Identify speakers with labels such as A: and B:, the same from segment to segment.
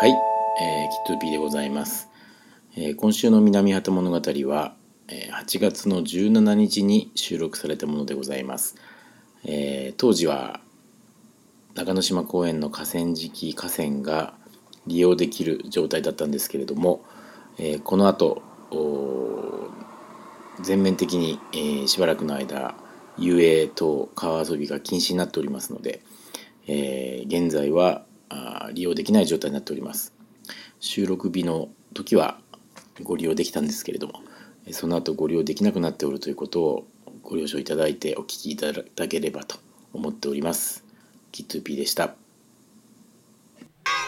A: はい、えー、キットゥーピーでございます、えー今週の南畑物語は、えー8月の17日に収録されたものでございます、えー当時は中之島公園の河川敷河川が利用できる状態だったんですけれども、えーこの後おー全面的に、えーしばらくの間遊泳と川遊びが禁止になっておりますので、えー現在はあー利用できない状態になっております収録日の時はご利用できたんですけれどもえーその後ご利用できなくなっておるということをご了承いただいてお聞きいただければと思っておりますキットゥーピーでした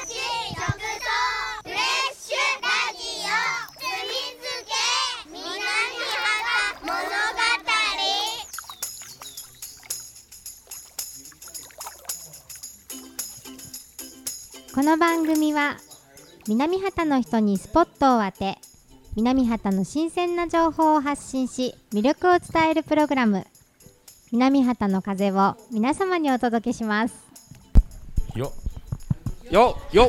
B: 新特装フレッシュラジオ積み付け南原物語
C: この番組は南畑の人にスポットを当て南畑の新鮮な情報を発信し魅力を伝えるプログラム南畑の風を皆様にお届けします
D: よ
E: よ よ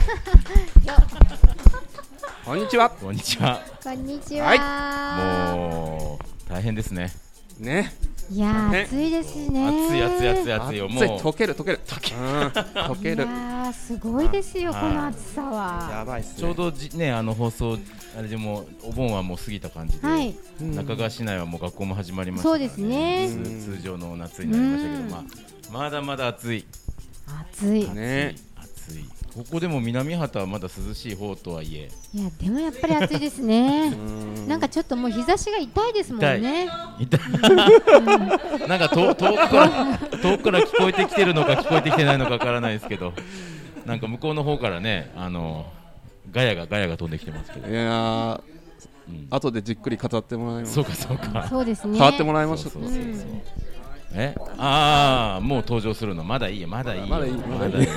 E: こんにちは
D: こんにちは
C: こんにちは、
D: もう大変ですね
E: ね
C: い、や
E: ね
C: ー暑いですね
D: 暑い暑い暑い
C: い
D: 暑いよ
E: 熱
D: も
E: いう溶ける溶ける溶ける溶ける
C: やーすごいですよこ
D: はい
C: の暑さは
E: やばいっす
D: ちょうどじねあの放送あれでもお盆はもう過ぎた感じで、
C: はい
D: 中川市内はもう学校も始まりました
C: そ
D: か
C: う
D: ら
C: ですね
D: 通通常の夏になりましたけど
C: うん
D: まあまだまだ暑い
C: 暑い
E: ね
D: 暑いここでも南畑はまだ涼しい方とはいえ
C: いやでもやっぱり暑いですねなんかちょっともう日差しが痛いですもんね
D: 痛いなんかと遠くから遠くから聞こえてきてるのか聞こえてきてないのかわからないですけどなんか向こうの方からねあのガヤがガヤが飛んできてますけど
E: いやー
D: うん
E: 後でじっくり語ってもらいます
D: そうかそうか。
C: そうですね
E: 変わってもらい
D: そ
E: ま
D: う
E: し
D: そ
E: ょ
D: うそ
E: う
D: うそうえ、ああもう登場するのまだいいよまだいいよ
E: まだいい
D: ま
E: ま
D: だ
E: だ
D: い
E: い
D: い
E: い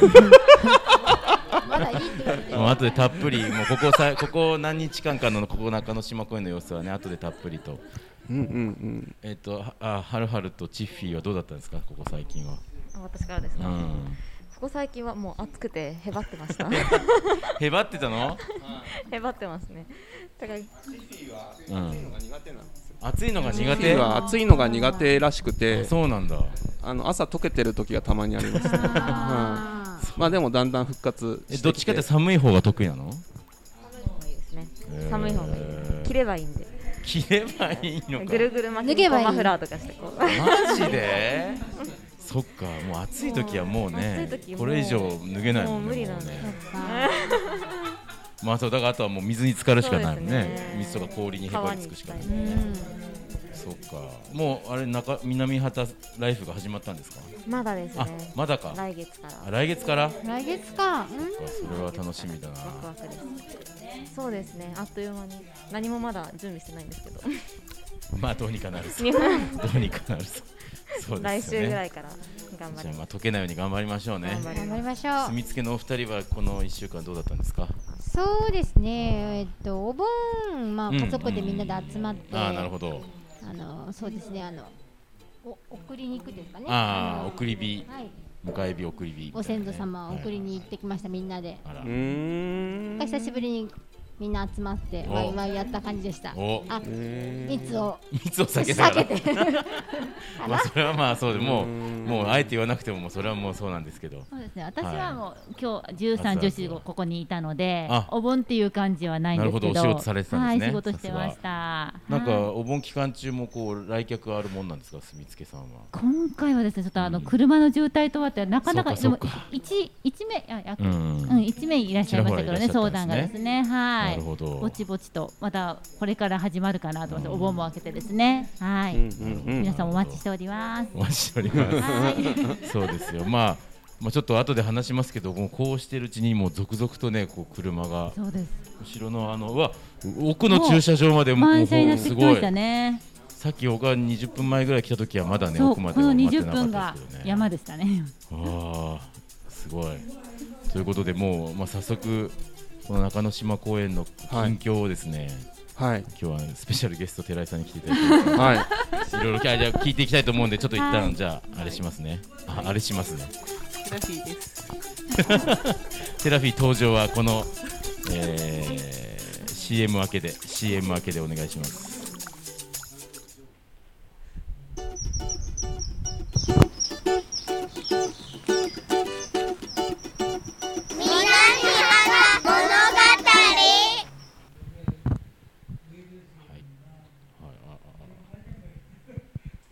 C: まだいいって言われて
D: もう後でたっぷりもうここさここ何日間かのここ中之島公園の様子はね後でたっぷりと
E: うんうん
D: えっ、とはあはるはるとチッフィーはどうだったんですかここ最近は。
F: あ私からです
D: う
F: か、こ
D: ん。
F: こ最近はもう暑くてへばってました
D: へばってたの？
F: へばってます ねだから
D: うん。
E: 苦手な
D: 暑いのが苦
E: 手
D: 手。
E: は暑いのが苦手らしくて
D: そうなんだ。
E: あの朝溶けてる時がたまにあります、はいまあでもだんだん復活してき
D: え
E: て
D: どっちかって寒い方が得意なの？
F: いいですね寒い方がいい着ればいいんで
D: 着ればいいのか。
F: ぐるぐる巻き
C: 脱げばいい
F: マフラーとかしてこう
D: マジでそっかもう暑い時はもうね
F: 暑い時もう
D: これ以上脱げないもんね
F: もう無理なんだ
D: もうね
C: あ
D: まあそうだからあとはもう水に浸かるしかないもん
F: そう
D: ね
F: ですね
D: 水とか氷にへばりつくし かないも
C: ー
D: ん
C: う
D: ね
C: ん
D: そっかもうあれ中南畑ライフが始まったんですか
F: まだです
D: あ
F: ね
D: まだか
F: 来月から
D: あ来月から
C: 来月か。うん。
D: それは楽しみだな
F: ワクワクですそうですねあっという間に何もまだ準備してないんですけど
D: まあどうにかなるさ
F: 日本
D: どうにかなるさそうで
F: 来
D: すよ
F: 週ぐら
D: ね
F: いから頑
D: じ
F: 張り
D: ゃあ
F: ま
D: まあ溶けないように頑張りましょうね
F: 頑張
C: 頑張りましょ
D: 住みつけのお二人はこの1週間どうだったんですか
C: う。そうですね。えっとお盆まあ
D: うん
C: 家族でみんなで集まって、
D: ああなるほど
C: あのそうですねあのお送りに行くんですかね。
D: ああ
C: の
D: 送り火
C: はい。
D: 迎え火送り火みたいなね、
C: ご先祖様を送りに行ってきましたみんなで。
D: はいはい
E: ー
D: は
E: ん
D: い
C: 久しぶりにみんな集まって
D: お
C: ワイワイやった感じでした。
D: お
C: あ
E: え
C: 密を
D: あら密を避けな
C: 避
D: が
C: け
D: ら
C: て。
D: まあそれはまあそうでもう
E: うん
D: もうあえて言わなくてももうそれはもうそうなんですけど
G: そうですね。私
D: はい
G: はもう、今日十三、
D: 熱々
G: 十四、ここにいたので
D: あ、
G: お盆っていう感じはないんですけど。
D: なるほどお仕事されてたんですね
G: はい、仕事してました。
D: なん
G: はい
D: かお盆期間中もこう来客あるもんなんですか住みつけさんは
G: 今回はですね、ちょっとあの、
D: うん
G: 車の渋滞とはって、なかなか、で
D: そう
G: も
D: かそうか、
G: 一、一名、あ、や、
D: う
G: うん、
D: ん
G: 一名いらっしゃいましたけどね、
D: ちらほ
G: 相
D: らい
G: 談
D: ら
G: が
D: っしゃったんです
G: ですね、は
D: ないる。ほど
G: ぼちぼちと、また、これから始まるかなと思って、お盆も明けてですね、は
E: うん
G: い。
E: うんうん
G: 皆さんお待ちしております。
D: お待ちしております
G: はい。
D: そうですよまあまあちょっと後で話しますけどもうこうしてるうちにもう続々とねこう車が
G: そうです。
D: 後ろのあのうわ奥の駐車場までも
G: 満車に
D: う
G: なって
D: す
G: きま
D: ごい
G: したね。
D: さっき僕は20分前ぐらい来た時はまだね
G: そう、
D: 奥
G: こ
D: ま
G: の
D: では待って
G: 20
D: なか
G: 分
D: った
G: が
D: ですけどね
G: 山でしたね。
D: ああすごい。ということでもう、まあ、早速この中之島公園の近況をですね、
E: はい
D: 今日はスペシャルゲスト寺井さんに来ていただいて
E: はい
D: ますいろいろきあじゃあ聞いていきたいと思うんでちょっと一旦じゃああれしますね、ああれしますねテラフィーですテラフィー登場はこのえー CM 明けで CM 明けでお願いします
B: 南原物語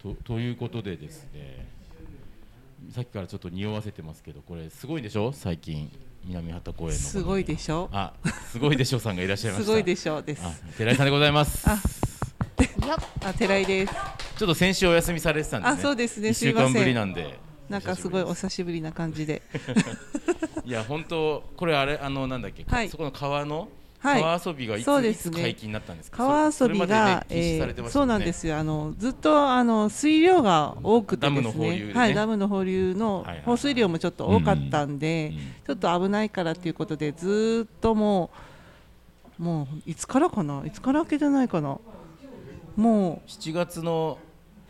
D: とということでですねさっきからちょっと匂わせてますけどこれすごいでしょ最近南畑公園の
H: すごいでしょ
D: あすごいでしょさんがいらっしゃいまし
H: す
D: た
H: ごいでしょです
D: あ寺井さんでございます
H: あ
C: よっ
H: あ寺井です
D: ちょっと先週お休みされてたんで、ね、
H: あそうですね
D: 1
H: すい
D: 週
H: ません
D: 間ぶりなんで
H: なんかすごいお
D: 久し
H: 久しぶりな感じで
D: ぶりですいや本当これあれあのなんだっけ、
H: はい
D: そこの川の、
H: はい
D: 川遊びがいつ,、
H: そう
D: い
H: です
D: つ
H: ね
D: 解禁になったんですか
H: 川
D: それ
H: 遊び
D: それま
H: が、
D: でね禁止され
H: え
D: てま
H: ー
D: したも
H: そうん
D: ね
H: なんですよあのずっとあの水量が多くてで
D: ダム
H: すね
D: の放流でね
H: はい、ダムの放流の
D: はいはいはい
H: 放水量もちょっと多かったんで、
D: うんうん
H: ちょっと危ないからということでずーっともうもういつからかないつから明けてないかなも
D: 7月の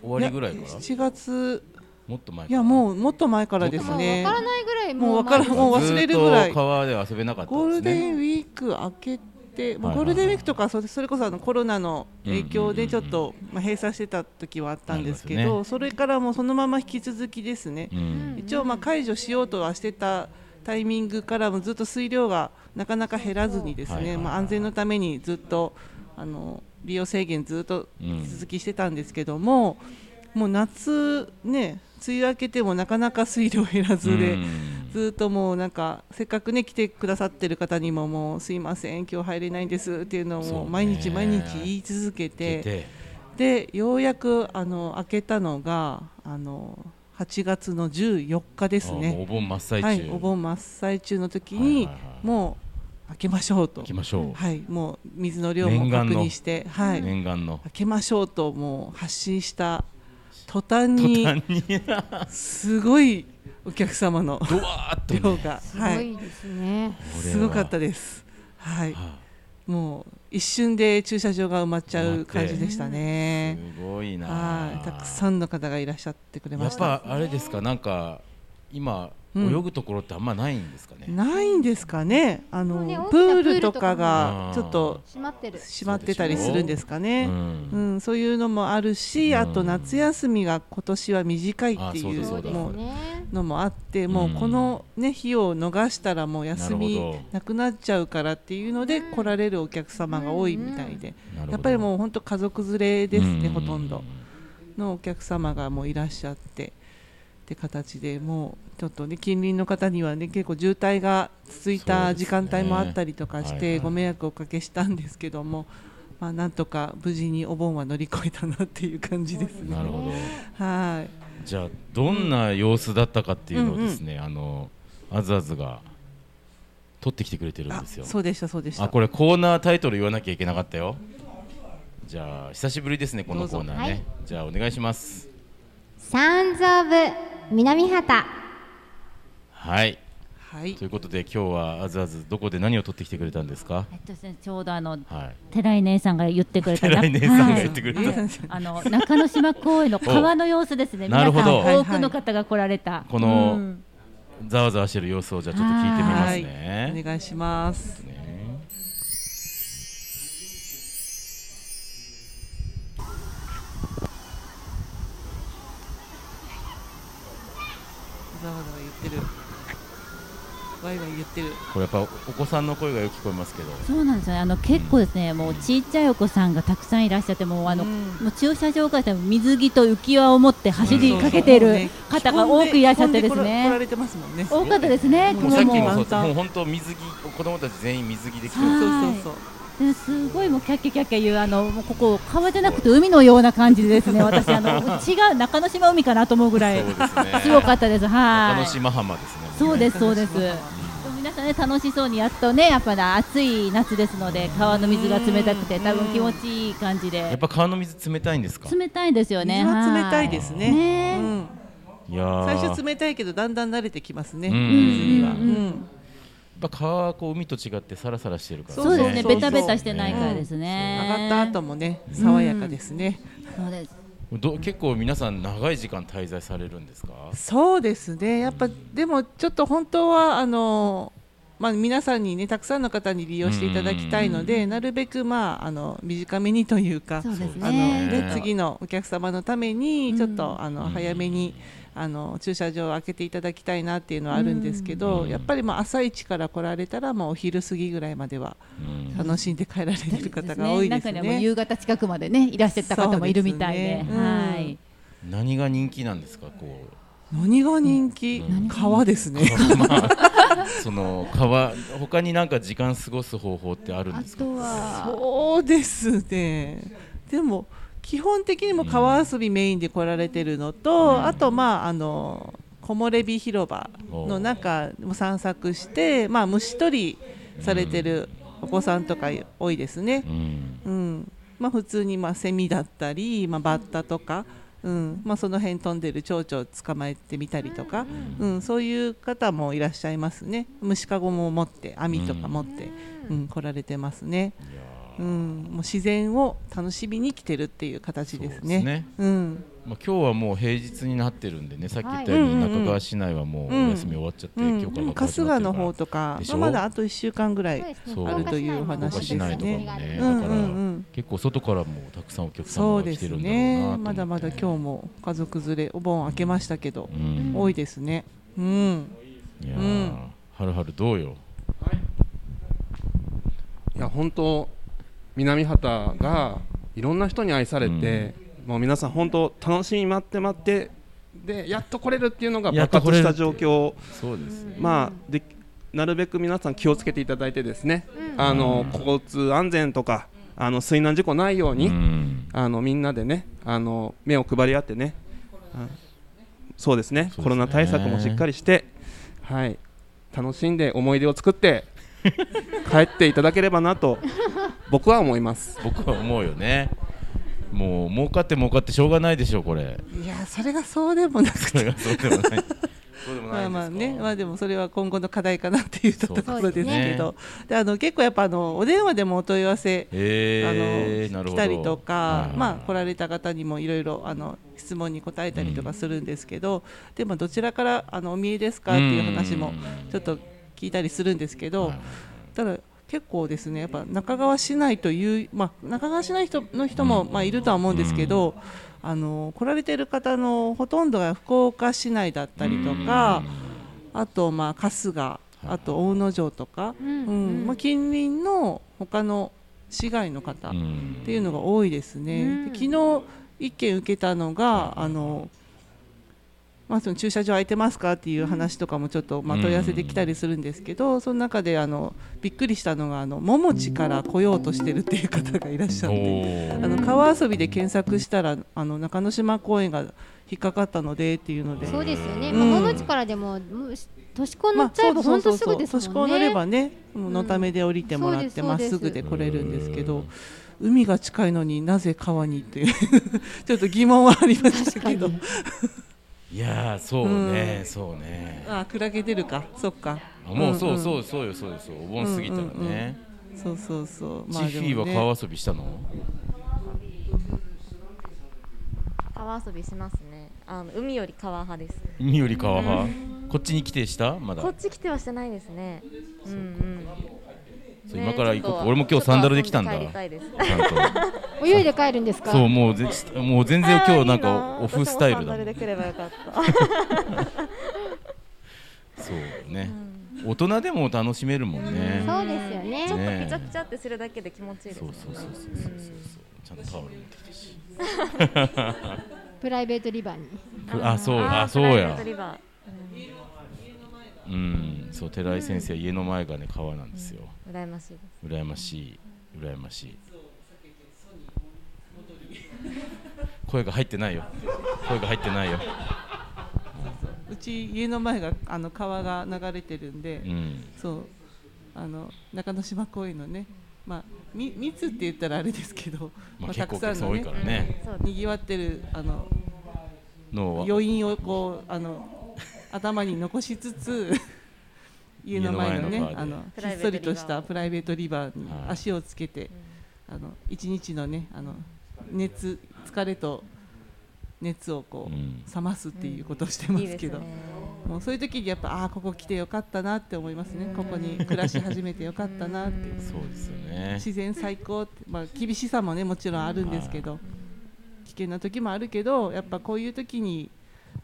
D: 終
H: う
D: わりぐらいから
H: 7月
D: もっと前
H: いやもうもっと前からです
C: もう分
H: ね
C: からないぐらい
H: もう分から
C: 毎日
H: もう忘れるぐらい
D: ずっと川では遊べなかった
H: ゴー
D: んです
H: ルデン
D: ね
H: ウィーク明けて、もう
D: はい
H: ゴ
D: は
H: ー
D: いはい
H: ルデンウィークとかそれそれこそあのコロナの影響でちょっ
D: うん
H: とまあ閉鎖してた時はあったんですけ
D: なり
H: ど、
D: ま
H: それからもうそのまま引き続きですね、
D: うん
H: 一応まあ解除しようとはしてたタイミングからもずっと水量がなかなか減らずにですね、
D: はいはいはい
H: まあ、安全のためにずっとあの利用制限ずっと続きしてたんですけども、もう夏ね梅雨明けてもなかなか水量減らずで。
D: うん
H: ずっともうなんかせっかくね来てくださってる方にももうすいません今日入れないんですっていうのを
D: そう
H: もう
D: ね
H: 毎日毎日言い続けて
D: 聞いて
H: でようやくあの開けたのがあの8月の14日です
D: あもうお
H: ね
D: 盆真っ最中、
H: はいお盆真っ最中の時
D: はい
H: に、
D: はいはい
H: もう開けましょうと
D: 行きましょう、
H: はいもう水の量も
D: 念願
H: 確
D: の
H: 認してはい開
D: 念願の
H: けましょうともう発信した途端
D: 途
H: に
D: 端に
H: すごいお客様の
D: ドワーッと、ね、
H: 量が、
C: す
H: は
C: ごいですね、
D: これは
H: すごかったです。はい、
D: は
H: もう一瞬で駐車場が埋まっちゃう感じでした
D: あ
H: ね。
D: すごいなあ
H: はい、たくさんの方がいらっしゃってくれ
D: や
H: ま
D: っ
H: した。
D: ぱあれですかなんか今
H: うん
D: 泳ぐところってあんまないんですかね、
H: ないんですかね、あ
C: もうね
H: の
C: 大きな
H: プールとか
D: プー
H: が
D: ル
H: ち
D: とかも
H: ょっと
C: 閉まってる
H: 閉まってたりするんですか
D: う
H: ね。うんん、そういうのもあるし、あと夏休みが今年は短いってい
D: あ
H: う
D: そ
C: そうう
D: だ
C: です
H: もう
C: ね
H: のもあってもうこの、ね日を逃したらもう休
D: なるほ
H: み
D: ど
H: なくなっちゃうからっていうので来られるお客様が多いみたいで、
D: うんなるほど
H: やっぱりもう本当家族連れです
D: う
H: ね、ほとんどのお客様がもういらっしゃってって形でもうちょっとね近隣の方にはね結構渋滞が続いた時間帯もあったりとか
D: そう
H: し
D: ですねはいはい
H: てご迷惑をおかけしたんですけども、まあ、なんとか無事にお盆は乗り越えたなっていう感じですね。
D: なるほど
H: はい
D: じゃあどんな様子だったかっていうのをですね、あのあずあずが撮ってきてくれてるん
H: あ
D: ですよ
H: そうでしたそうでした
D: あこれコーナータイトル言わなきゃいけなかったよじゃあ久しぶりですねこのコーナーね、
C: どうぞ
D: じゃあお願いします
C: サウンズオブ南畑
D: はい
H: はい
D: ということで今日はあずあずどこで何を撮ってきてくれたんですか
G: えっとですね、ちょうどあの
D: はい
G: 寺井姉さんが言ってくれたな
D: 寺井姉さんが言ってくれた
G: はいはいあの中之島公園の川の様子ですね。
D: おなるほど
G: 皆さん多くの方が来られた。
D: この
G: うん
D: ざわざわしてる様子をじゃあちょっと聞いてみますね
H: はい、お願いします。
D: ね
H: ざわざわ言ってる。わいわい言ってる。
D: これやっぱお子さんの声がよく聞こえますけど
G: そうなんですよね。あの結構ですね、もうちっちゃいお子さんがたくさんいらっしゃって、もうあの、
H: うん
G: もう駐車場から水着と浮き輪を持って走りかけている方が多くいらっしゃってです
H: 飛ん来ら来ら
G: ね。
H: れてますもんね。そう
G: 多かったですね。
D: もうさっき
G: 雲
D: も
G: も。
D: そう
H: 簡単
D: もう本当水着子供たち全員水着で来て
H: そ
D: る
H: う
G: はい
H: そう
G: ですごいもうキャッキャキャッキャ言うあのもうここ川じゃなくて海のような感じでですね。私あの違う中之島海かなと思うぐらい
D: そうですね
G: すごかったです。
D: 中
G: は
D: 之
G: い。
D: 島浜ですね
G: そうです
H: そ。
G: そううです。でも皆さんね楽しそうにやっとねやっぱり暑い夏ですので川の水が冷たくて多分気持ちいい感じで。
D: やっぱ川の水冷たいんですか
G: 冷たいですよね。。
H: 水は冷たいですす
G: ね
H: ね。う
G: え
H: ん、
D: いやー
H: 最初冷たいけどだんだん慣れてきますね。
D: う
H: 水
D: ん
H: には。うん
D: やっぱ川はこう海と違ってサラサラしてるからね
G: そうですね。
H: そうそう
G: ベタベタしてないからです
H: 上
G: ね。
H: がった後もね、爽やかですね。
G: そうです。
D: ど結構皆さん長い時間滞在されるんですか
H: そうですね。やっぱでもちょっと本当はあのーまあ、皆さんにねたくさんの方に利用していただきたいのでなるべく、まあ、あの短めにというか
G: そうです
H: あの
G: ね
H: ね次のお客様のためにちょっと、あの早めにあの駐車場を開けていただきたいなっていうのはあるんですけど、やっぱりまあ朝一から来られたら、まあ、お昼過ぎぐらいまでは楽しんで帰られてる方が多いです
G: 中にはもう
H: ね。
G: 夕方近くまでねいらっしゃった方もいるみたいで
H: そうですね
G: はい
D: 何が人気なんですかこ
H: 何が人気、川ですね。
D: うまあその川他になんか時間過ごす方法ってあるん
G: あ
D: ですか
G: とは
H: そうですね。でも基本的にも川遊びメインで来られてるのと、あとまああの木漏れ日広場の中も散策して、まあ虫取りされてるお子さんとか多いですね
D: う。ん
H: うん。まあ普通にまあセミだったり、まあバッタとか。うんまあ、その辺飛んでる蝶々を捕まえてみたりとか、うん、そういう方もいらっしゃいますね虫かごも持って網とか持って、うん、来られてますね。うん、もう自然を楽しみに来てるっていう形で
D: そ
H: す
D: うです
H: ね。
D: ね
H: うん、
D: まあ、今日はもう平日になってるんでねさっき言ったように
H: はい
D: 中川市内はもうお休み終わっちゃって、
H: う
D: 今日から
H: ん、
D: 学校始まっ
H: 春日
D: てる
H: の
D: から
H: 方とか
D: でし、ょ
H: まだあと1週間ぐらい。
D: そう
H: あるというお
D: 福岡
H: 話
D: 市
H: ですね
D: 内とかもね、
H: うん
D: だから、
H: うんうん
D: 結構外からもたくさんお客さん
H: そ
D: が
H: うで
D: 来て
H: す
D: るんだろうなと思
H: ね。
D: って
H: まだまだ今日も家族連れ、お盆明けましたけど、
D: うん
H: 多いですね。うん、
D: いやー、
H: うん
D: はるはるどうよ、
E: いや本当南畑がいろんな人に愛されて、もう皆さん本当楽しみに待って待ってでやっと来れるっていうのが
D: やっ
E: 爆
D: と
E: 発
D: 来れ
E: し
D: るって
E: た状況
D: そうですね、
E: まあでなるべく皆さん気をつけていただいてですね、あの交通安全とかあの水難事故ないように、
D: うん
E: あのみんなでねあの目を配り合ってねあそうですね
D: すね
E: コロナ対策もしっかりして、はい、楽しんで思い出を作って帰っていただければなと僕は思います。
D: 僕は思うよねもう儲かって儲かってしょうがないでしょこれ
H: いや、それがそうでもなく
D: それ
H: て。
D: がそうでもないそうでも
H: ま
D: ない
H: あ
D: んですか
H: まあね、まあでもそれは今後の課題かなっていうと
D: そうですね
H: ころですけど、であの結構やっぱあのお電話でもお問い合わせ
D: えー、
H: あの
D: なる
H: 来
D: ほど
H: たりとか、
D: はい
H: まあ、来られた方にもいろいろあの質問に答えたりとかするんですけど、でもどちらからあのお見えですかっていう話もちょっと聞いたりするんですけど、ただ結構ですねやっぱ中川市内という、まあ、中川市内人の人も、まあ、いるとは思うんですけど、あの来られてる方のほとんどが福岡市内だったりとか、あとまあ春日あと大野城とか、うんまあ、近隣の他の市外の方、
D: うん
H: っていうのが多いですね。で昨日一件受けたのが、あの。まあ、その駐車場空いてますかっていう話とかもちょっと、まあ、
D: うん
H: 問い合わせできたりするんですけど、その中であのびっくりしたのがあの桃地から来ようとしてるっていう方がいらっしゃっ
D: お
H: てあ
D: ー
H: の川遊びで検索したらあの中之島公園が引っかかったのでっていうので
C: そうですよね、
H: うん
C: 桃の力でももう年子乗っちゃえば
H: そ
C: 本
H: うそ
C: 当
H: う
C: す
H: そう
C: ぐですもんね
H: 都市高乗ればねもうのためで降りてもらって
C: うん
H: まっ
C: そ
H: す
C: うです
H: ぐで来れるんですけど海が近いのになぜ川にっていう ちょっと疑問はありましたけど
D: いやーそうね、そうね
H: あクラゲ出るかそっか
D: あもうそう
H: うん
D: そうそうよそうよそうお盆過ぎたらね、
H: うんうんうんそうそうそう
D: チッフィーは
H: ね
D: 川遊びしたの、
F: 川遊びしますねあの海より川派です
D: 海より川派、こっちに来てしたまだ
F: こっち来てはしてないですねうんうん
D: そう
F: ね
D: 今から行こう
F: ちょっと
D: 俺も今日サンダルで来たんだ
F: ちょっと遊び帰りたいです
D: ちゃん
C: 泳いで帰るんです
D: と
C: か
D: そうもうぜもう全然今日なんかオフスタイル
F: 私
D: だも
F: もサンダ
D: ん
F: ルで来ればよかった
D: そうね、大人でも楽しめるもんね、
C: そうですよね
D: ね
F: ピチャピチャってするだけで気持ちいいです
D: そう
F: ね
D: そうそうそうそうそうちゃんとタオル持ってきたし
C: プライベートリバーに
D: あそう
F: ー
D: あそう
F: プライベー
D: や
F: トリバー
D: うんそう寺井先生は家の前がね川なんですよ
F: 羨ましいです
D: 羨ましい羨ましい声が入ってないよ声が入ってないよ、
H: うち家の前があの川が流れてるんで、
D: うん、
H: そうあの中之島公園のねまあみ密って言ったらあれですけど、
D: まあ
H: まあ
D: 結
H: た
D: 構
H: く
D: お
H: さ
D: 客
H: ん
D: さ
H: の
D: ん多い
H: ね
D: からね
F: そう
H: にぎわってるあの
D: のは
H: 余韻をこうあの頭に残し つつ家の前のね
D: 家の前の川で
H: あの
F: プ
H: ひ
F: ライ
H: っ
F: ベートリバー
H: そりとしたプライベートリバーに
D: はい
H: 足をつけて、あの一日のねあの熱疲れと熱をこう、
D: うん
H: 冷ますっていうことをしてますけど、
F: いいですね
H: もうそういう時にやっぱああここ来てよかったなって思いますねここに暮らし始めてよかったなって
D: そうですよね
H: 自然最高って、まあ、厳しさもねもちろんあるんですけど危険な時もあるけどやっぱこういう時に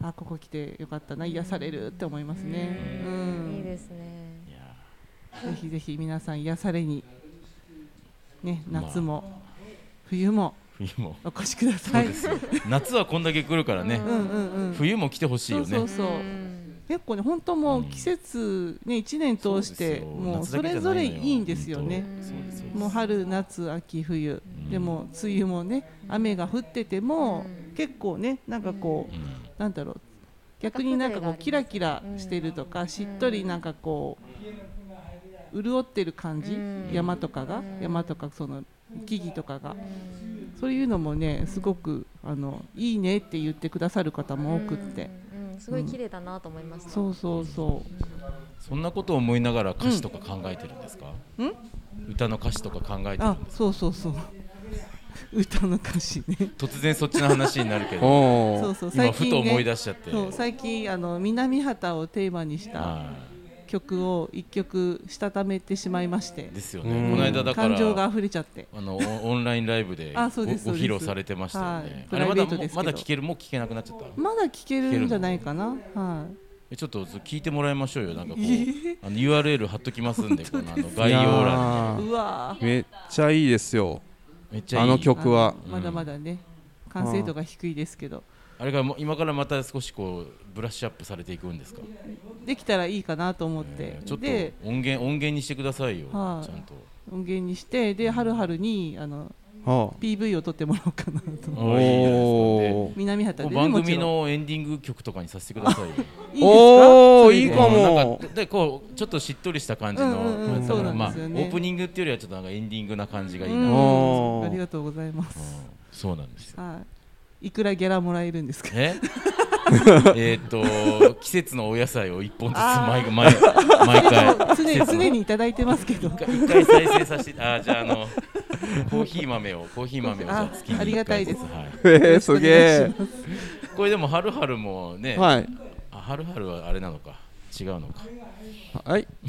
H: あーここ来てよかったな癒されるって思いますね。う
F: いい
H: ん、
F: ですね。
D: いや
H: ぜひぜひ皆さん癒されに、ね、
D: まあ
H: 夏も冬も
D: 冬も
H: お越しください。
D: 夏はこんだけ来るからね
H: う、んうんうん
D: 冬も来てほしいよね
H: そうそうそう結構ね本当もう季節ね一年通し
D: そ
H: て
D: うですよ
H: も
D: 夏
H: う
D: だけ
H: そ
D: じ
H: れ
D: ゃな
H: ぞ
D: いの
H: れ
D: よ
H: いいんですよね
D: 本当そうですよ
H: もう春夏秋冬でも梅雨もね雨が降ってても結構ねなんかこうなんだろう逆になんかこうキラキラしてるとかしっとりなんかこう潤ってる感じ山とかが山とかその木々とかがそういうのもねすごくあのいいねって言ってくださる方も多くって
F: うん、すごい綺麗だなと思いました。
H: そうそうそう
D: そんなことを思いながら歌詞とか考えてるんですか、
H: うん
D: 歌の歌詞とか考えてる
H: あそうそうそう歌の歌詞ね
D: 突然そっちの話になるけど
E: お
H: そ
E: お
H: う そう
D: 今
H: 最
D: ふ
H: 近、
D: と
H: ね、
D: 思い出しちゃって
H: そう最近あの南畑をテーマにした
D: は
H: 曲を一曲したためてしまいまして
D: いですよ
E: う
D: ね
E: ん
D: この間だか
H: 感情が
D: ら
H: 溢れちゃって
D: あのオオンラインライブでご
H: あそうです
D: ご
H: そうです
D: 披露されてましたよ
H: は
D: ね
H: い、
D: あれまだ
H: プライベートですけ
D: ま
H: ど
D: だ聞けるもう聞けなくなっちゃった
H: まだ聴けるんじゃないかなは
D: えちょっと聞いてもらいましょうよなんかこう、
H: えー
D: あの URL 貼っときます んでこのあの概要欄に
H: い、うわー
E: めっちゃいいですよ
D: めっちゃいい
E: あの曲僕は
H: あのまだまだね完成度が低いですけど
D: あれがもう今からまた少しこうブラッシュアップされていくんですか
H: できたらいいかなと思って
D: ちょっと
H: で
D: 音源音源にしてくださいよ、
H: はい
D: ちゃんと
H: 音源にしてではるはるにあの
E: は
H: PV を撮ってもらおうかなと
E: あ
D: あいいじゃないですかで
E: おー
H: 南畑
D: もう
H: でね
D: 番
H: もち
D: 組
H: ろん
D: のエンディング曲とかにさせてください よ。
H: いいですか
E: おー
H: それで
E: いいかも
D: なんかでこうちょっとしっとりした感じの、
H: うんうんうん
D: だ
H: そ
D: か
H: うな
D: ら
H: ん
D: まあ
H: ですよね
D: オープニングっていうよりはちょっとなんかエンディングな感じがいいな。
H: うん
D: うん
E: おー
H: ありがとうございます
D: そうなんですよ。
H: はいいくらギャラもらえるんですか
D: え？ えーっと季節のお野菜を一本ずつ毎毎毎 回
H: 常
D: 季 節
H: に
D: の
H: 常にいただいてます けど。
D: 一回一回再生させてあーじゃああのコーヒー豆をコーヒー豆をじゃあ月に一回ずつ
H: あありがたいです
D: はい
E: えー、すげえ
D: これでも春春もね、
E: はい
D: あ春春はあれなのか違うのか
E: はい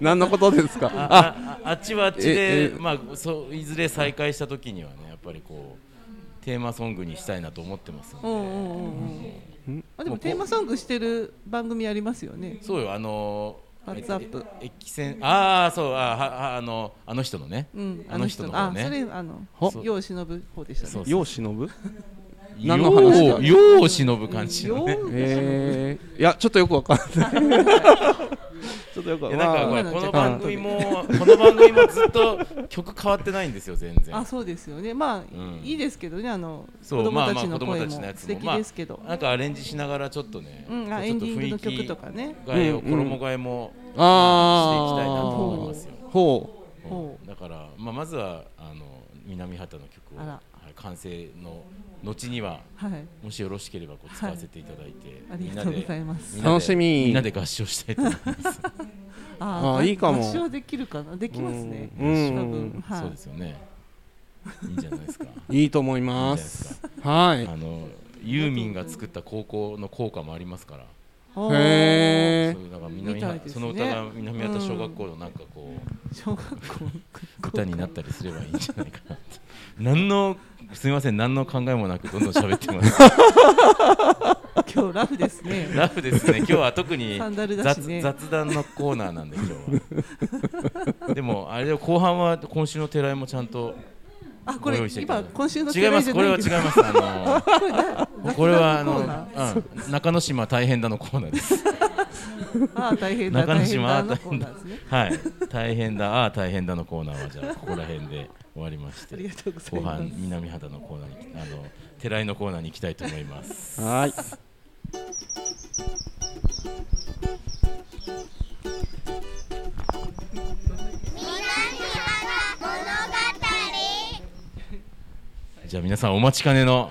E: 何のことですかあ
D: あああっちはあっち
E: ええ、
D: でまあ、そういずれ再開した時にはねやっぱりこうテーマソングにしたいなと思ってますん
H: う
D: で
H: んうんうんうん。あでもテーマソングしてる番組ありますよね。
D: そうよあの
H: ワッツアップ
D: え駅線ああそうあーははあのあの人のね、
H: うん、
D: あの人の方
H: あ、そ
D: ね
H: れあの
E: ほ
H: 楊忍ぶ方でした
D: そ
H: ね
D: う。
E: よう忍ぶ
D: よ
E: 何の話だ
D: うよう忍ぶ感じのね
H: よう
E: えー、いやちょっとよくわかんないちょっとよくわ
D: いや
E: かん
D: なん
E: な
D: か
E: い
D: これこ
H: まあ
D: の番組も この番組もずっと曲変わってないんですよ全然
H: あ、そうですよね。まあ、
D: ん
H: いいですけどね、あの
D: そ
H: 子
D: う
H: 供
D: まあ
H: た
D: まあ
H: ちの
D: 子供
H: 声
D: た
H: も
D: ちのやつ
H: 素
D: も
H: 敵
D: ま
H: ですけど。
D: あなんかアレンジしながらちょっとね、
H: うん、あ、
D: ち
H: エ
D: ょっ
H: ン
D: と
H: ディング
D: 雰
H: の
D: 囲気
H: 曲とかね。
D: 替え
E: う
D: を
E: んうん
D: 衣替えもしていきたいなと思い
E: あ
D: ま
E: ー
D: すよ。
E: ほ
H: ほう
D: だから、まあ、まずはあの南畑の曲を、
H: あら
D: はい、完成の後には
H: はい。
D: もしよろしければこう使わせていただいて、
H: あり
D: みんな
H: がとうご
D: で
H: ざいます。
D: みんなで
E: 楽しみ
D: みんなで合唱したいと思います。
E: あいいかも
H: 合唱できるかな、できますね。
E: うん
H: 多分、は
D: そう
H: い
D: で。すよね。いいんじゃないですか。
E: ういいと思いますはい
D: あのユーミンが作った高校の校歌もありますから。
H: ほう
E: へ
D: そういうなんか
H: み
D: 南
H: たい
D: は、
H: ですね
D: その歌が南畑小学校のなんかこう、
H: 小学校の
D: 歌になったりすればいいんじゃないかなって 何のすみません何の考えもなくどんどん喋ってます
H: 今日ラフですね。
D: ラフですね今日は特に
H: サンダルだし
D: 雑,、
H: ね
D: 雑談のコーナーなんで今日 はでもあれで後半は今週の寺井もちゃんと
H: あ、
D: ご
H: こ
D: 用
H: れ
D: 意していただ
H: 今
D: いて
H: 今週の
D: 違いますこれは違い
H: す。
D: ますあのー これはあ
H: コ
D: の
H: ーナー
D: うん中之島大変だのコーナーです
H: あー、大変だ
D: 中
H: 大
D: 之
H: 変
D: 島
H: だ
D: あ
H: の
D: ー
H: コ
D: 大
H: ー
D: 変
H: ナ
D: だ
H: ーですね。
D: はい大変だあー大変だのコーナーはじゃあここら辺で終わりまし
H: あ
D: て
H: りがとうござ
D: 後
H: いま
D: 半南畑のコーナーにあの寺井のコーナーに行きたいと思います
E: はい
B: 南原物語
D: じゃあ皆さんお待ちかねの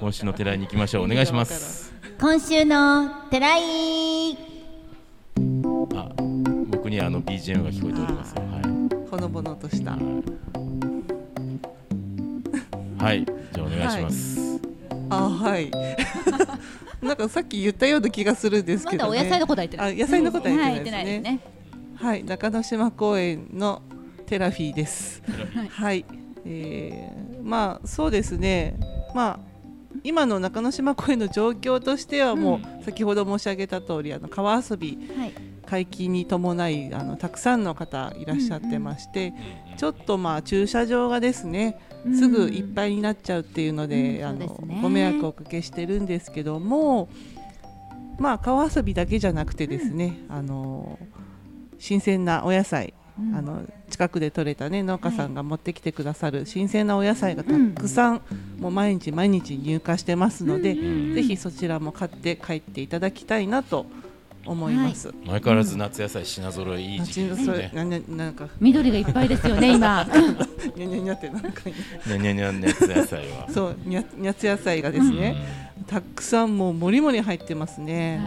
D: 今週の寺井に行きましょうお願いします
G: 今週のてらい
D: あ僕にはあの BGM が聞こえておりますよは
H: す。ほのぼのとした。
D: い、はい、じゃあお願いします、
H: あー、はい。 なんかさっき言ったような気がするんです
G: ま
H: け
G: だ
H: ど、
G: お
H: ね、
G: 野菜のことは言ってない。
H: あ野菜のことは言
G: 言
H: っ
G: ってて
H: な
G: ないいで
H: で
G: すす
H: ね
G: ね。
H: はい、中之島公園のテラフィーです。はい、えーまあそうですね。まあ今の中之島公園の状況としてはもう、先ほど申し上げた通りあの川遊び
G: はい。
H: 解禁に伴いあのたくさんの方いらっしゃってまして、ちょっとまあ駐車場がですね、
G: うん
H: すぐいっぱいになっちゃうっていうので,、
G: うん
H: あの
G: そうですね
H: ご迷惑をおかけしてるんですけどもまあ川遊びだけじゃなくてですね、あの新鮮なお野菜
G: うん
H: あの近くで採れた、ね、農家さんが持ってきてくださる新鮮なお野菜がたくさん、もう毎日毎日入荷してますので、ぜひそちらも買って帰っていただきたいなと思います。
D: 相変わらず夏野菜品揃えいい時期です
H: それ
D: ね。
H: なななんか
G: 緑がいっぱいですよね、今。
H: にゃにゃにゃってなんか
D: ねねね夏野菜は。
H: そうにゃにゃつ野菜がですね、たくさんもうもりもり入ってますね。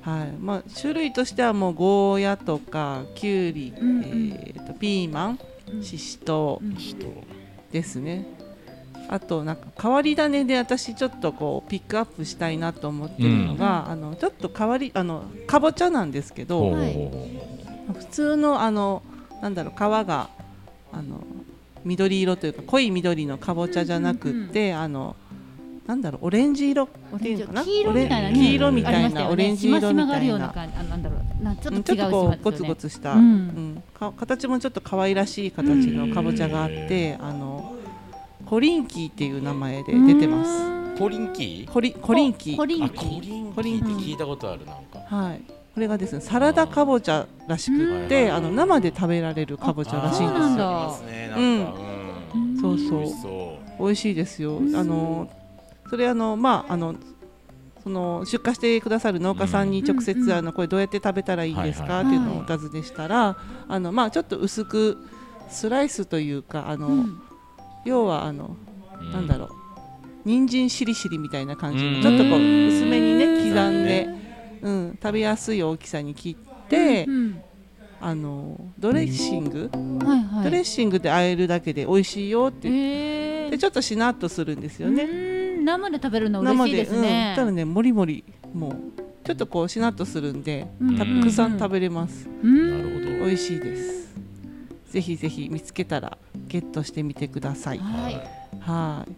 H: はい、まあ種類としてはもうゴーヤとかきゅうり、
G: んうん
H: えーとピーマン、ししとう
D: 人。
H: ですね。あとなんか変わり種で私ちょっとこうピックアップしたいなと思ってるのが、あのちょっと変わりあのかぼちゃなんですけど、
D: ほうほう
F: はい
D: ほ
H: 普通のあのなんだろう皮があの緑色というか濃い緑のかぼちゃじゃなくって、あのなんだろうオレンジ色っていうのかな
G: オレンジ黄色みたいなね
H: オレン黄色み
G: あ
H: た
G: りましたよねしましま
H: いな、オレンジ色みたいな
G: があるような感じ、あのなんだろう、なちょっと
H: ち
G: 違
H: ょっと
G: う
H: こ
G: 島ですよ
H: うゴツ
G: ね
H: ゴツした、
G: う
H: うんんか形もちょっと可愛らしい形のかぼちゃがあって、あのコリンキーっていう名前で出てます。
D: うコリンキ
H: コリコリンキ
G: コ
H: ー
G: リ
D: ー。あ
G: ン
D: コリンキ
H: コリ
D: ー
H: ン
D: っ
H: キ
D: て
H: ー
D: 聞いたことあるなんか。
H: はいこれがですねサラダかぼちゃらしくっ
D: う
H: て
D: ん
H: あの生で食べられるかぼちゃらしいん
G: あそう
H: で
G: なん
H: す
G: だ
H: よ
D: ありますねなんか。うん
H: そう
D: 美
H: そう
D: 味しそう。
H: 美味しいですよ。あのそれあのまああのその出荷してくださる農家さんに直接、
G: うんうんうん
H: あのこれどうやって食べたらいいですか、
D: はい
G: はい
H: っていうのをお尋ねしたら、あのまあちょっと薄くスライスというかあの、
G: うん
H: 要はあの、
D: うん
H: なんだろう人参しりしりみたいな感じ
D: うん
H: のちょっとこう薄めにね刻んで、うん、食べやすい大きさに切って、
G: うん
H: あのドレッシング、
G: はいは
H: ドレ
G: い。
H: ッシングで和えるだけで美味しいよって言って、
G: え
H: でちょっとしなっとするんですよね。
G: ね。生で食べるの嬉しいです
H: う
G: ね
H: ん、。ただねもりもりもうちょっとこうしなっとするんで、
G: うん
H: たくさん食べれます、
G: うん
D: なるほ
H: 美味しいですぜひぜひ見つけたらゲットしてみてくださいは
G: はい。
H: ーい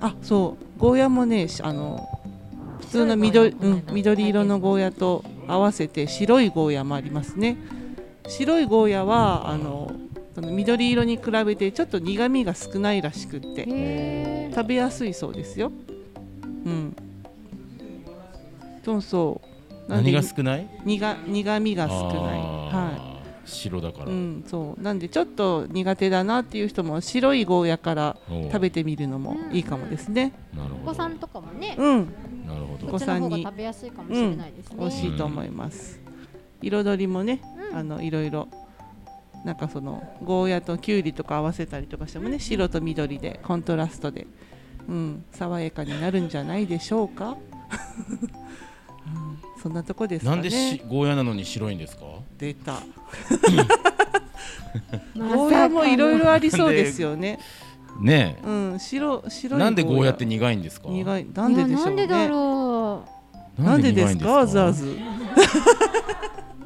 H: あそうゴーヤもねしあの普通の緑,、うん、緑色のゴーヤと合わせて白いゴーヤもありますね白いゴーヤはあのその緑色に比べてちょっと苦みが少ないらしくって
G: へ
H: 食べやすいそうですよ。うん。そうそう。
D: ど。何が
H: なんで
D: 少ない？
H: 苦苦味が少ない。は
D: はい。白だか
H: い。う
D: ら。
H: ん、そう。なんでちょっと苦手だなっていう人も白いゴーヤから食べてみるのもいいかもですね。
D: なる
C: お
D: ほ
C: 子
D: ど。
C: さんとかもね、
H: うん、
D: なる
C: こ
D: ほど
C: っ。ちの方
H: お子さん
C: が
H: に
C: 食べやすいかもしれないですね。
H: 美味しいと思います。彩りもね、あのいろいろ。なんかそのゴーヤときゅうりとか合わせたりとかしてもね白と緑でコントラストで、うん、爽やかになるんじゃないでしょうか、 うん、そんなとこですか
D: な
H: ね
D: んでしゴーヤなのに白いんですか？
H: 出た。
C: まさかの
H: ゴーヤもいろいろありそうですよね。
D: ね
H: うん、白白い
D: え。なんでゴーヤって
H: 苦
D: 苦いんですか？
H: い
D: い。
H: なんでで
C: いや
H: し
C: な
H: ょうんね。
C: でだろ
H: なんでですかわざわ
D: ざ。
H: ざ。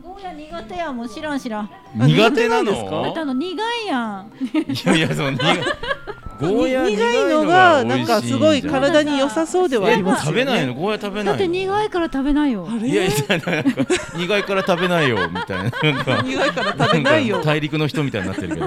G: ゴーヤ苦手やもう知らん知らん。
D: 苦手なの？
G: あなたの苦いや
D: い
G: ん。
D: やいやその苦いゴーヤ
H: 苦
D: 苦
H: い
D: い
H: の
D: のが
H: がな
D: 美
H: ん
D: 味
H: か
D: しい
H: すごい
D: んじゃない
H: 体に良さそうではあります
D: 食べ
H: よね。
D: ないのゴーヤ食べな
G: だ
D: い
G: って
D: の
G: 苦いから食べないよ。
D: いやいやなんか苦いから食べないよみたいななんか
H: 苦いから食べない
D: ん
H: よ
D: か。大陸の人みたいになってるけ ど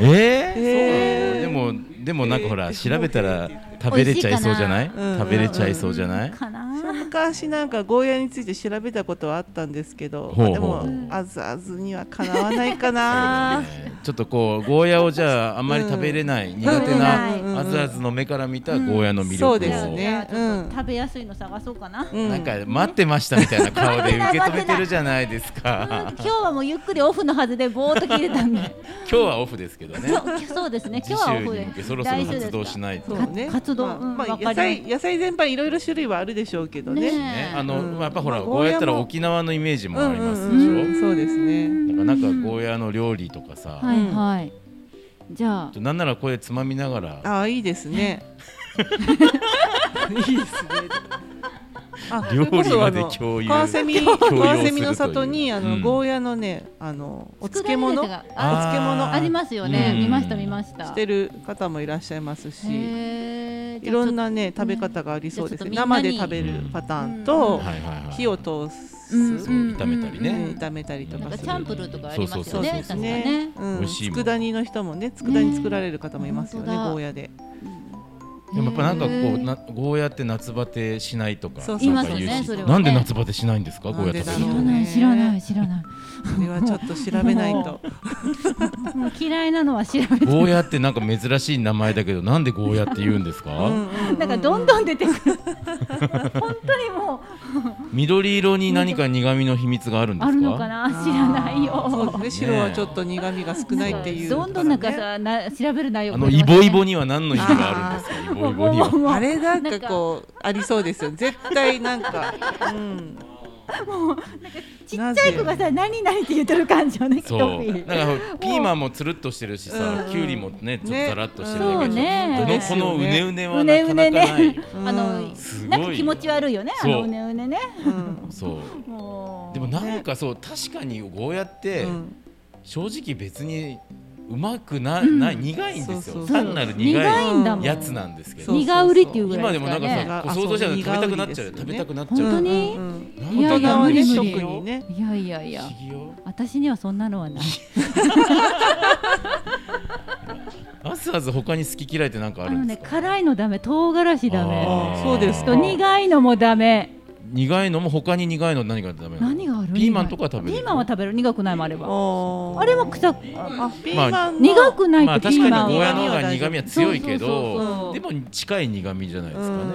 D: え
H: え
D: ー、
H: ー
D: そうなのでもでもなんかほら調べたら食べれちゃいそうじゃない
H: 美味しいかな
D: 食べれちゃいそうじゃない
G: かな。
H: 昔なんかゴーヤについて調べたことはあったんですけど、
D: ほうほう
H: でもあずあずにはかなわないかな。
D: ねちょっとこうゴーヤをじゃああんまり食べれない、苦手
G: うん
H: うんうん
D: なあずあずの目から見たゴーヤの魅力を、
H: そうです
G: じゃあ
H: ね。
G: ち
H: う
G: ょっ
H: ん
G: と。食べやすいの探そうかな。
H: うん
D: なんか待ってましたみたいな顔で受け止めてるじゃないです
G: 今
D: か
G: 日はもうゆっくりオフのはずでぼーっと聞いてたんで
D: 今日はオフですけどね
G: そうそうですね
D: 次
G: 今日は
D: 週
G: オフ
D: に
G: で
D: 向けそろそろ
G: 大丈夫です
D: 発動
G: か
D: しないと
H: そうね。
G: か活動
H: まあ
G: うん
H: まあ
G: わか
H: 野
G: ります
H: 菜野菜全般いろいろ種類はあるでしょうけどね。
G: ね
D: ね、あの、
H: うん
D: やっぱほら、
H: まあ
D: ゴーヤやったら
H: ゴーヤも
D: 沖縄のイメージもありますでしょ、
H: うんうんうんそうですね。
D: だからなんかゴーヤの料理とかさ、
G: はいはいじゃあ
D: なんならこれつまみながら
H: ああいいですね。いいですね。あ
D: 料理まで
H: それこそあの
D: 共有
H: カワセミ
D: 共有
H: カワセミの里に
D: す
H: あ
D: るという
H: の、
D: うん
H: ゴーヤのねあのお漬物
G: 佃煮
H: お
G: です
H: 漬
G: があ
H: 物
G: ありますよね、
D: うん
G: 見ました見ました
H: してる方もいらっしゃいますし
G: へーじゃあ
H: いろんな
G: ちょ
H: ね
G: っと
H: 食べ方がありそうですね
G: じゃあちょっ
H: 生
G: とみんな
H: で
G: に
H: 食べるパターン
G: う
H: と
G: ん
D: はいはいはい、
H: 火を通す、
G: うん
D: そう炒めたりね、
G: うん
H: 炒めたりと
G: なん
H: か
G: か
H: す
G: チ
H: る
G: ャンプルーとかあります
D: そ
G: よ
D: うそうそう
G: ね
D: そう
G: 確かね
H: うん、
D: 美味しいもん
H: 佃煮の人もね佃煮作られる方もいますよね
G: ね
H: ゴーヤで
D: でもやっぱなんかこ
G: へ
D: う
G: ー
D: なゴーヤって夏バテしないとか
H: そう
G: そう
D: なんか
G: 言いま
D: 言し
G: すよねそれはね
D: なんで夏バテしないんですかゴーヤ食べると
H: なんでだろうね
G: 知らない知らない
H: それはちょっと調べないと
G: 知らないもう嫌いなのは 調べて
D: ゴーヤってなんか珍しい名前だけどなんでゴーヤって言うんですか、
G: なんかどんどん出て くる本当にもう
D: 緑色に何か苦味の秘密があるんですか
G: あるのかな知らない
H: そう
G: よ
H: ですね白はちょっと苦味が少ないっていう
G: どんどんなんかさな調べる内容
D: あのイボイボ
G: に
D: には何の意味があるんですかイボイボには
G: もう
H: あれなんかこうありそうですよ絶対なんか、うん、
G: ちっちゃい子がさ何々って言ってる感じよねきっ
D: そ
G: と
D: うなんかピーマンもつるっとしてるしさ
H: うん
D: きゅうりもねちょっと
H: ね
D: ザラっとしてるだけ
G: そうね
D: でしょこのこのうねうねはな
G: うね
D: か
G: う
D: な
G: ね
D: かない
G: ねあの
D: すごい
G: なんか気持ち悪いよねあ
D: そう
G: のうねうねね
H: うん
D: そう
G: もう
D: でもなんかそう確かにゴーヤって
H: うん
D: 正直別にうまくなない苦いんです
H: そうそ
D: よ
H: う
G: そう
D: 単なる
G: 苦
D: 苦
G: いんだもん
D: いやつなんですけ
H: そ
D: ど
H: う
G: 苦売りっていうぐら
D: 今
G: い
D: でもなんか
G: ね
D: さこう
H: あ
D: 想像したら
H: そう
D: 食べたくなっちゃう
H: 苦いですよ
D: 食
H: ね
D: べたくなっちゃ
G: 本当
D: う
G: に
H: うん
D: なんか
G: いや
H: 大
G: いや
H: 人は
G: 無
H: ね
G: 理無
H: 特
G: 理
H: にね
G: いやいやいや
D: 不思議よ
G: 私にはそんなのはない
D: アスアズ他に好き嫌いってなんかあ
G: あ
D: る
G: の
D: んで
G: ね
D: すか
G: 辛いのダメ唐辛子ダメ
D: あー
H: そうです
G: あ
H: か
G: と苦いのもダメ
D: 苦いのも他に苦いの何がダメなの
G: 何がある
D: ピーマンとか食べる
G: ピーマンは食べる苦くないもあれば
H: おー
G: あれは臭く
H: あピーマンの
G: 苦くない
D: まあ
G: と
D: 確
G: ピ
D: か
G: ー
D: に
G: マン
D: ゴー
H: は
D: ヤの方が苦味は強いけ
G: そうそうそうそ
D: ど
G: う
D: でも近い苦味じゃないですか
H: う
D: ね
H: ん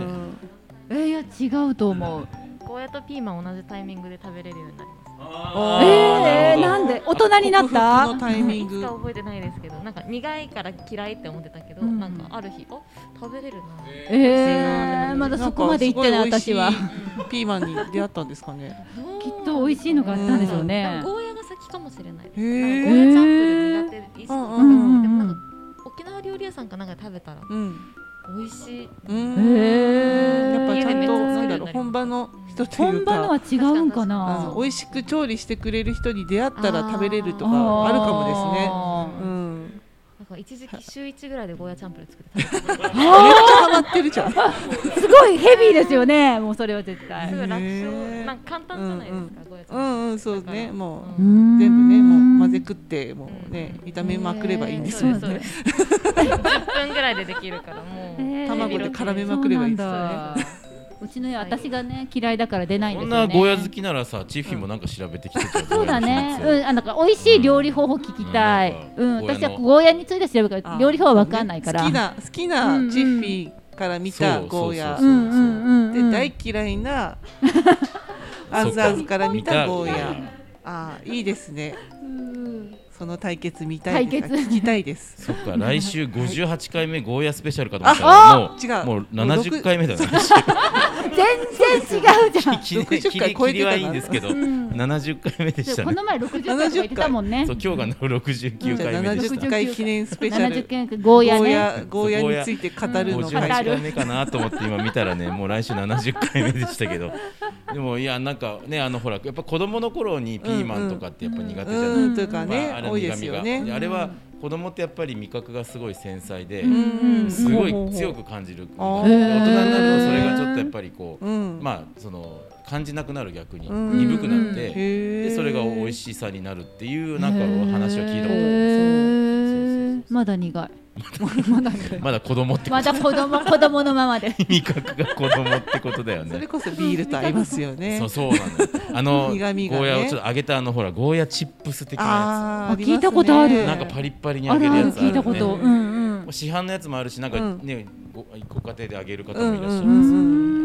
G: えーいや違うと思う
F: ゴーヤとピーマン同じタイミングで食べれるようになります
H: あ
G: えー、なんで大人になっ
H: 克服の
G: た
H: タイミン
F: いつ
H: グ
F: か覚えてないですけどなんか苦いから嫌いって思ってたけど、
G: うん
F: なんかある日あ食べれるな
G: えー、まだそこまで行ってない
H: んかす
G: 私
H: ご美
G: は
H: 味
G: き
H: しいピーマンに出会ったんですかね
G: っと美味しいのがあったんでしょうね
F: でもゴーヤが先かもしれないです
H: へー
F: なんかゴーヤチャンプルー苦手意識が
H: うん
F: あ
H: う
F: った
H: ん
F: でもなんか沖縄料理屋さんかなんかで食べたら
H: うん
F: 美味しい
H: うん
F: 家でめっちゃ作るようになりました
G: え
H: やっぱちゃんとなんだろう本場の人とい
G: 本
H: う
G: 場の
H: か
G: は違うんか
H: あ
G: な
H: の美味しく調理してくれる人に出会ったら食べれるとかあるかもですねうん
F: なんか一時期週一ぐらいでゴーヤチャンプルー作って食べてた
H: めっちゃハマってるじゃん。
G: すごいヘビーですよ ねもうそれは絶対
F: す
G: う
F: ごい楽
H: へ
F: 勝
H: ー
F: なんか簡単じゃないですか、ゴーヤチャンプル
H: う
F: ー
H: んうんそうねも
F: う
H: うん
G: ーん
H: 全部ねもう混ぜ食ってもうね炒めまくればいいんです
F: そう
H: よ
F: ですそうで。
H: ね
F: す10分ぐらいでできるからもう、
G: えー
H: 卵で絡めまくればいいですよ
G: そう
H: ね
G: なんだうちの家私がね嫌いだから出ないん
D: こ
G: です
D: ん
G: よ
D: な
G: ね
D: ゴーヤ好きならさチーフィーもなんか調べてきてた
G: そうだね、うん、あなんか美味しい料理方法聞きたい、
D: う
G: うんん、
D: なんか
G: 私はゴーヤについて調べるから、
H: あ
G: 料理法はわかんないから。
H: 好きな好きな
G: うんうん
H: ジッフィーから見たゴーヤ
D: そう
G: うんうんうん、う
H: で
G: ん、
H: 大嫌 いなアンザーズから見たゴーヤ。あーいいですね。その対決見たいですか。
G: 対決
H: 聞きたいです。
D: そっか来週58回目ゴーヤスペシャルかと思ったら
H: あ
D: もうもう
H: 違うもう
D: 70
H: 六
D: 回目だね
G: 全然違うじゃん。
D: 切り切り切
H: 60回超えて
D: り
H: たな
D: はいいんですけど70回目でした
G: こ
D: ね
G: の前60回とか言ってたもんね
D: そう。今日が69
H: じゃあ
D: 回目で
H: 七十
D: した
H: 回記念スペシャル
G: 70。回ゴーヤ
H: ゴー
G: ね。
H: ヤゴーヤについて語るの
D: 58
H: 会。
G: 語
D: 回目かなと思って今見たらねもう来週70回目でしたけ どでもいやなんかねあのほらやっぱ子供の頃にピーマンとかってやっぱ苦手じゃない、
H: うんというか
D: まあ、あ
H: ね
D: れ
H: 多いで
D: 苦
H: す
D: 味
H: よ
D: が、
H: ね。
D: であれは子供ってやっぱり味覚がすごい繊細で、
H: うんうん
D: すごい
H: ほうほうほう
D: 強く感じるみたい
H: あー
D: で大人になるとそれがちょっとやっぱりこう、
H: うん
D: まあその感じなくなる逆に
H: うん
D: 鈍くなって、
H: へ
D: で
H: ー
D: それが美味しさになるっていうなんか話を聞いたことある
G: へーまだ苦い。まだ苦い。
D: まだ子供って
G: まだ子供子供のままで。
D: 味覚が子供ってことだよ
H: それ
D: ね。
H: こそビールと合いますよね
D: そう。そうなのよ。あの、
H: 苦味がね
D: ゴーヤをちょっと揚げたあのほらゴーヤチップス的な
H: あ
G: あ
H: ーりますね
G: 聞いたこと
D: や
G: ある
D: つ、なんかパリッパリに
G: あ
D: 揚げ
G: る
D: る
G: あ
D: や
G: る
D: つある
G: 聞
D: よ
G: い
D: ね。
G: たこと。うんうん。
D: 市販のやつもあるしなんか
H: うん
D: ね、ごご家庭で揚げる方
H: う
D: も
H: ん
D: いら
H: う
D: っしゃ
H: ん
D: る
H: う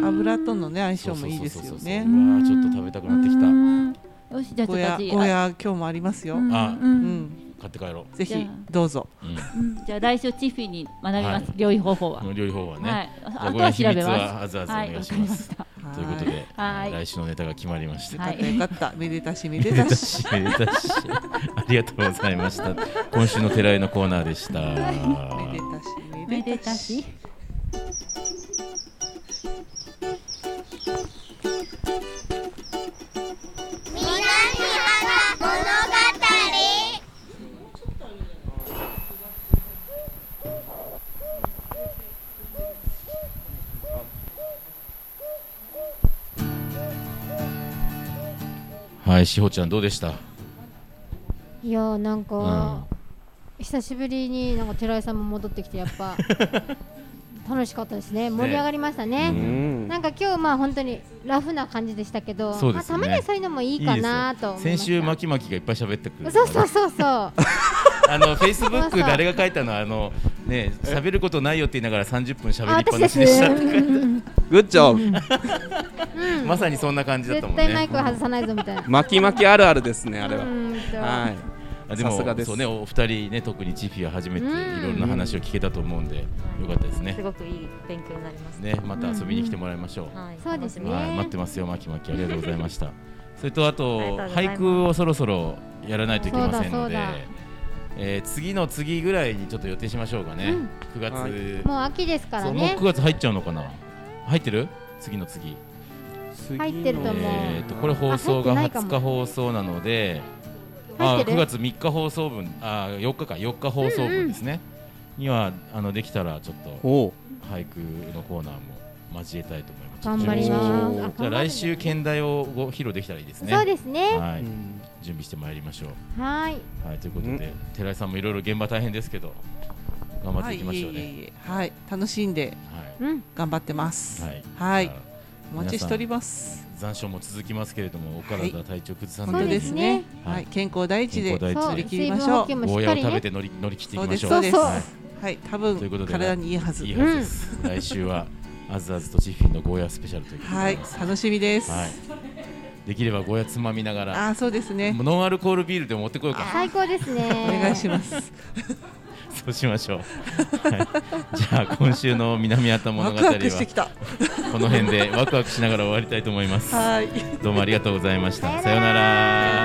H: んうん。油とのね相性もいいですよ
D: う
H: ね。
D: わーちょっと食べたくなってきた。
G: よしじゃあちょ
H: ゴ
G: っと
H: ヤ
G: 味
H: ゴヤ今日もありますよ。
D: あ
G: う。
H: うんん。
D: 買って帰ろ
H: ぜ
G: じゃ
H: ひどうぞ。
D: う。うん
G: うんじゃあ来週チフィに学びま
D: は
G: す料理方法は
D: こ。の料理法は
G: は
D: ね
G: い。。
D: ゃあ
G: あとは調べます。
D: あずあずお
G: は
D: 願
G: い、
D: い
G: わ
D: し
G: かり
D: ま。
G: ます した。
D: ということ
H: は。
D: で、
G: はい
D: 来週のネタが決まりました。
G: はい
H: よかったよかった。めでたしめ
D: め
H: で
D: で
H: た
D: た
H: し。
D: し、めでたし。ありがとうございました。今週の寺井のコーナーでした。
H: めでたしめ
G: め
H: で
G: で
H: た
G: た
H: し
G: し。
D: はい、しほちゃんどうでした。
C: いやーなんか、
D: うん
C: 久しぶりになんか寺井さんも戻ってきてやっ ぱ楽しかったですね盛り上がりましたね
E: うん
C: なんか今日まあ本当にラフな感じでしたけど、
D: そ
C: ま
D: うで
C: あ、
D: すね
C: たまにはそういうのもいいかなと思いました
D: 先週まきまきがいっぱい喋ってくる。
C: そうそうそうそう
D: あのフェイスブッ
C: そ
D: ク
C: うそう
D: 誰が書いたのあのね喋ることないよって言いながら30分喋
C: あ
D: り
C: 私
D: っぱ
C: で
D: なし
C: す
D: でした。
E: グッジョブ
D: まさにそんな感じだったも
C: 絶
D: ん
C: 対
D: ね。
C: マイクは外さないぞみたいな
E: 巻き巻きあるあるですねあれは
C: うーんと
E: はい
D: あで
E: さすが
D: も
E: です
D: そうねお二人ね特にチフィは初めてい
C: うん
D: ろんな話を聞けたと思うんでよかったですね
F: す。ごくいい勉強になります。
D: ねまた遊びに来てもらいましょう。
F: はい、
C: そうですね
D: はい待ってますよまきまきありがとうござい ました。それとあと
F: ありがとうござい
D: 俳
F: ます
D: 句をそろそろやらないといけません
C: そ
D: の
C: う
D: で
C: だそうだ。
D: えー次の次ぐらいにちょっと予定しましょうかね、9月、
E: はい
C: もう秋ですから
D: そうもう
C: ね
D: 9月入っちゃうのかな入ってる次の次
C: 入ってると思う
D: えー、とこれ放送が
C: あ入ってない
D: 20
C: か
D: 日放送なので
C: 入
D: あ
C: ってる
D: 9月3日放送分あ4日か4日放送分ですね、にはあのできたらちょっと
E: おう
D: 俳句のコーナーも交えたいと思います
C: 頑張りますあ
D: じゃあ
C: 頑張る
D: 来週兼題をご披露できたらいいですね
C: そうですね
D: は
E: う
D: い、
E: ん
D: 準備してまいりましょう
C: はい
D: はいということで寺井さんもいろいろ現場大変ですけど頑張っ
H: は
D: てい
H: い、
D: きましょう
H: い
D: ね
H: えいえいえはい、楽しんで
D: はい
C: うん
H: 頑張ってます。
D: は
H: はいい、
D: じゃあ
H: お待ちしております。
D: 残暑も続きますけれどもお
H: は
D: 体
H: い
D: 体調崩さ
H: 本
D: な
H: 当
D: い
H: で
D: よ
H: す
D: う
H: ね。
D: はい
H: はい、健康第一
D: 健
H: で
D: 康。第一
C: そう
H: 乗り切
C: 水
H: りま
C: 分
H: しょう
C: 補給
D: に
C: もしっ
D: ゴーヤ
C: か
D: を
C: り
D: 食べ
C: ね
D: て乗り乗り切ってい
H: そ
D: き
H: う
D: ま
H: で
D: し
H: す。
D: ょう
H: そうです。
D: は
H: はい、多
D: いということ
H: 分
D: で
H: 体にいいはず
D: いい。いはずです来週はあずあずとチッフィンのゴーヤスペシャルということで
H: はい、 楽しみです。
D: はいできればゴーヤつまみながら
H: あー、そうですね。
D: ノンアルコールビールでも持ってこようか
C: 最高ですね
H: お願いします。
D: そうしましょうはいじゃあ今週の南畑 物
H: ワ
D: 語
H: ク
D: は
H: ワクしてきた。
D: この辺でワクワクしながら終わりたいと思います
H: はい。
D: どうもありがとうございましたさ
C: さ
D: よ
C: よ
D: う
C: う
D: な
C: な
D: ら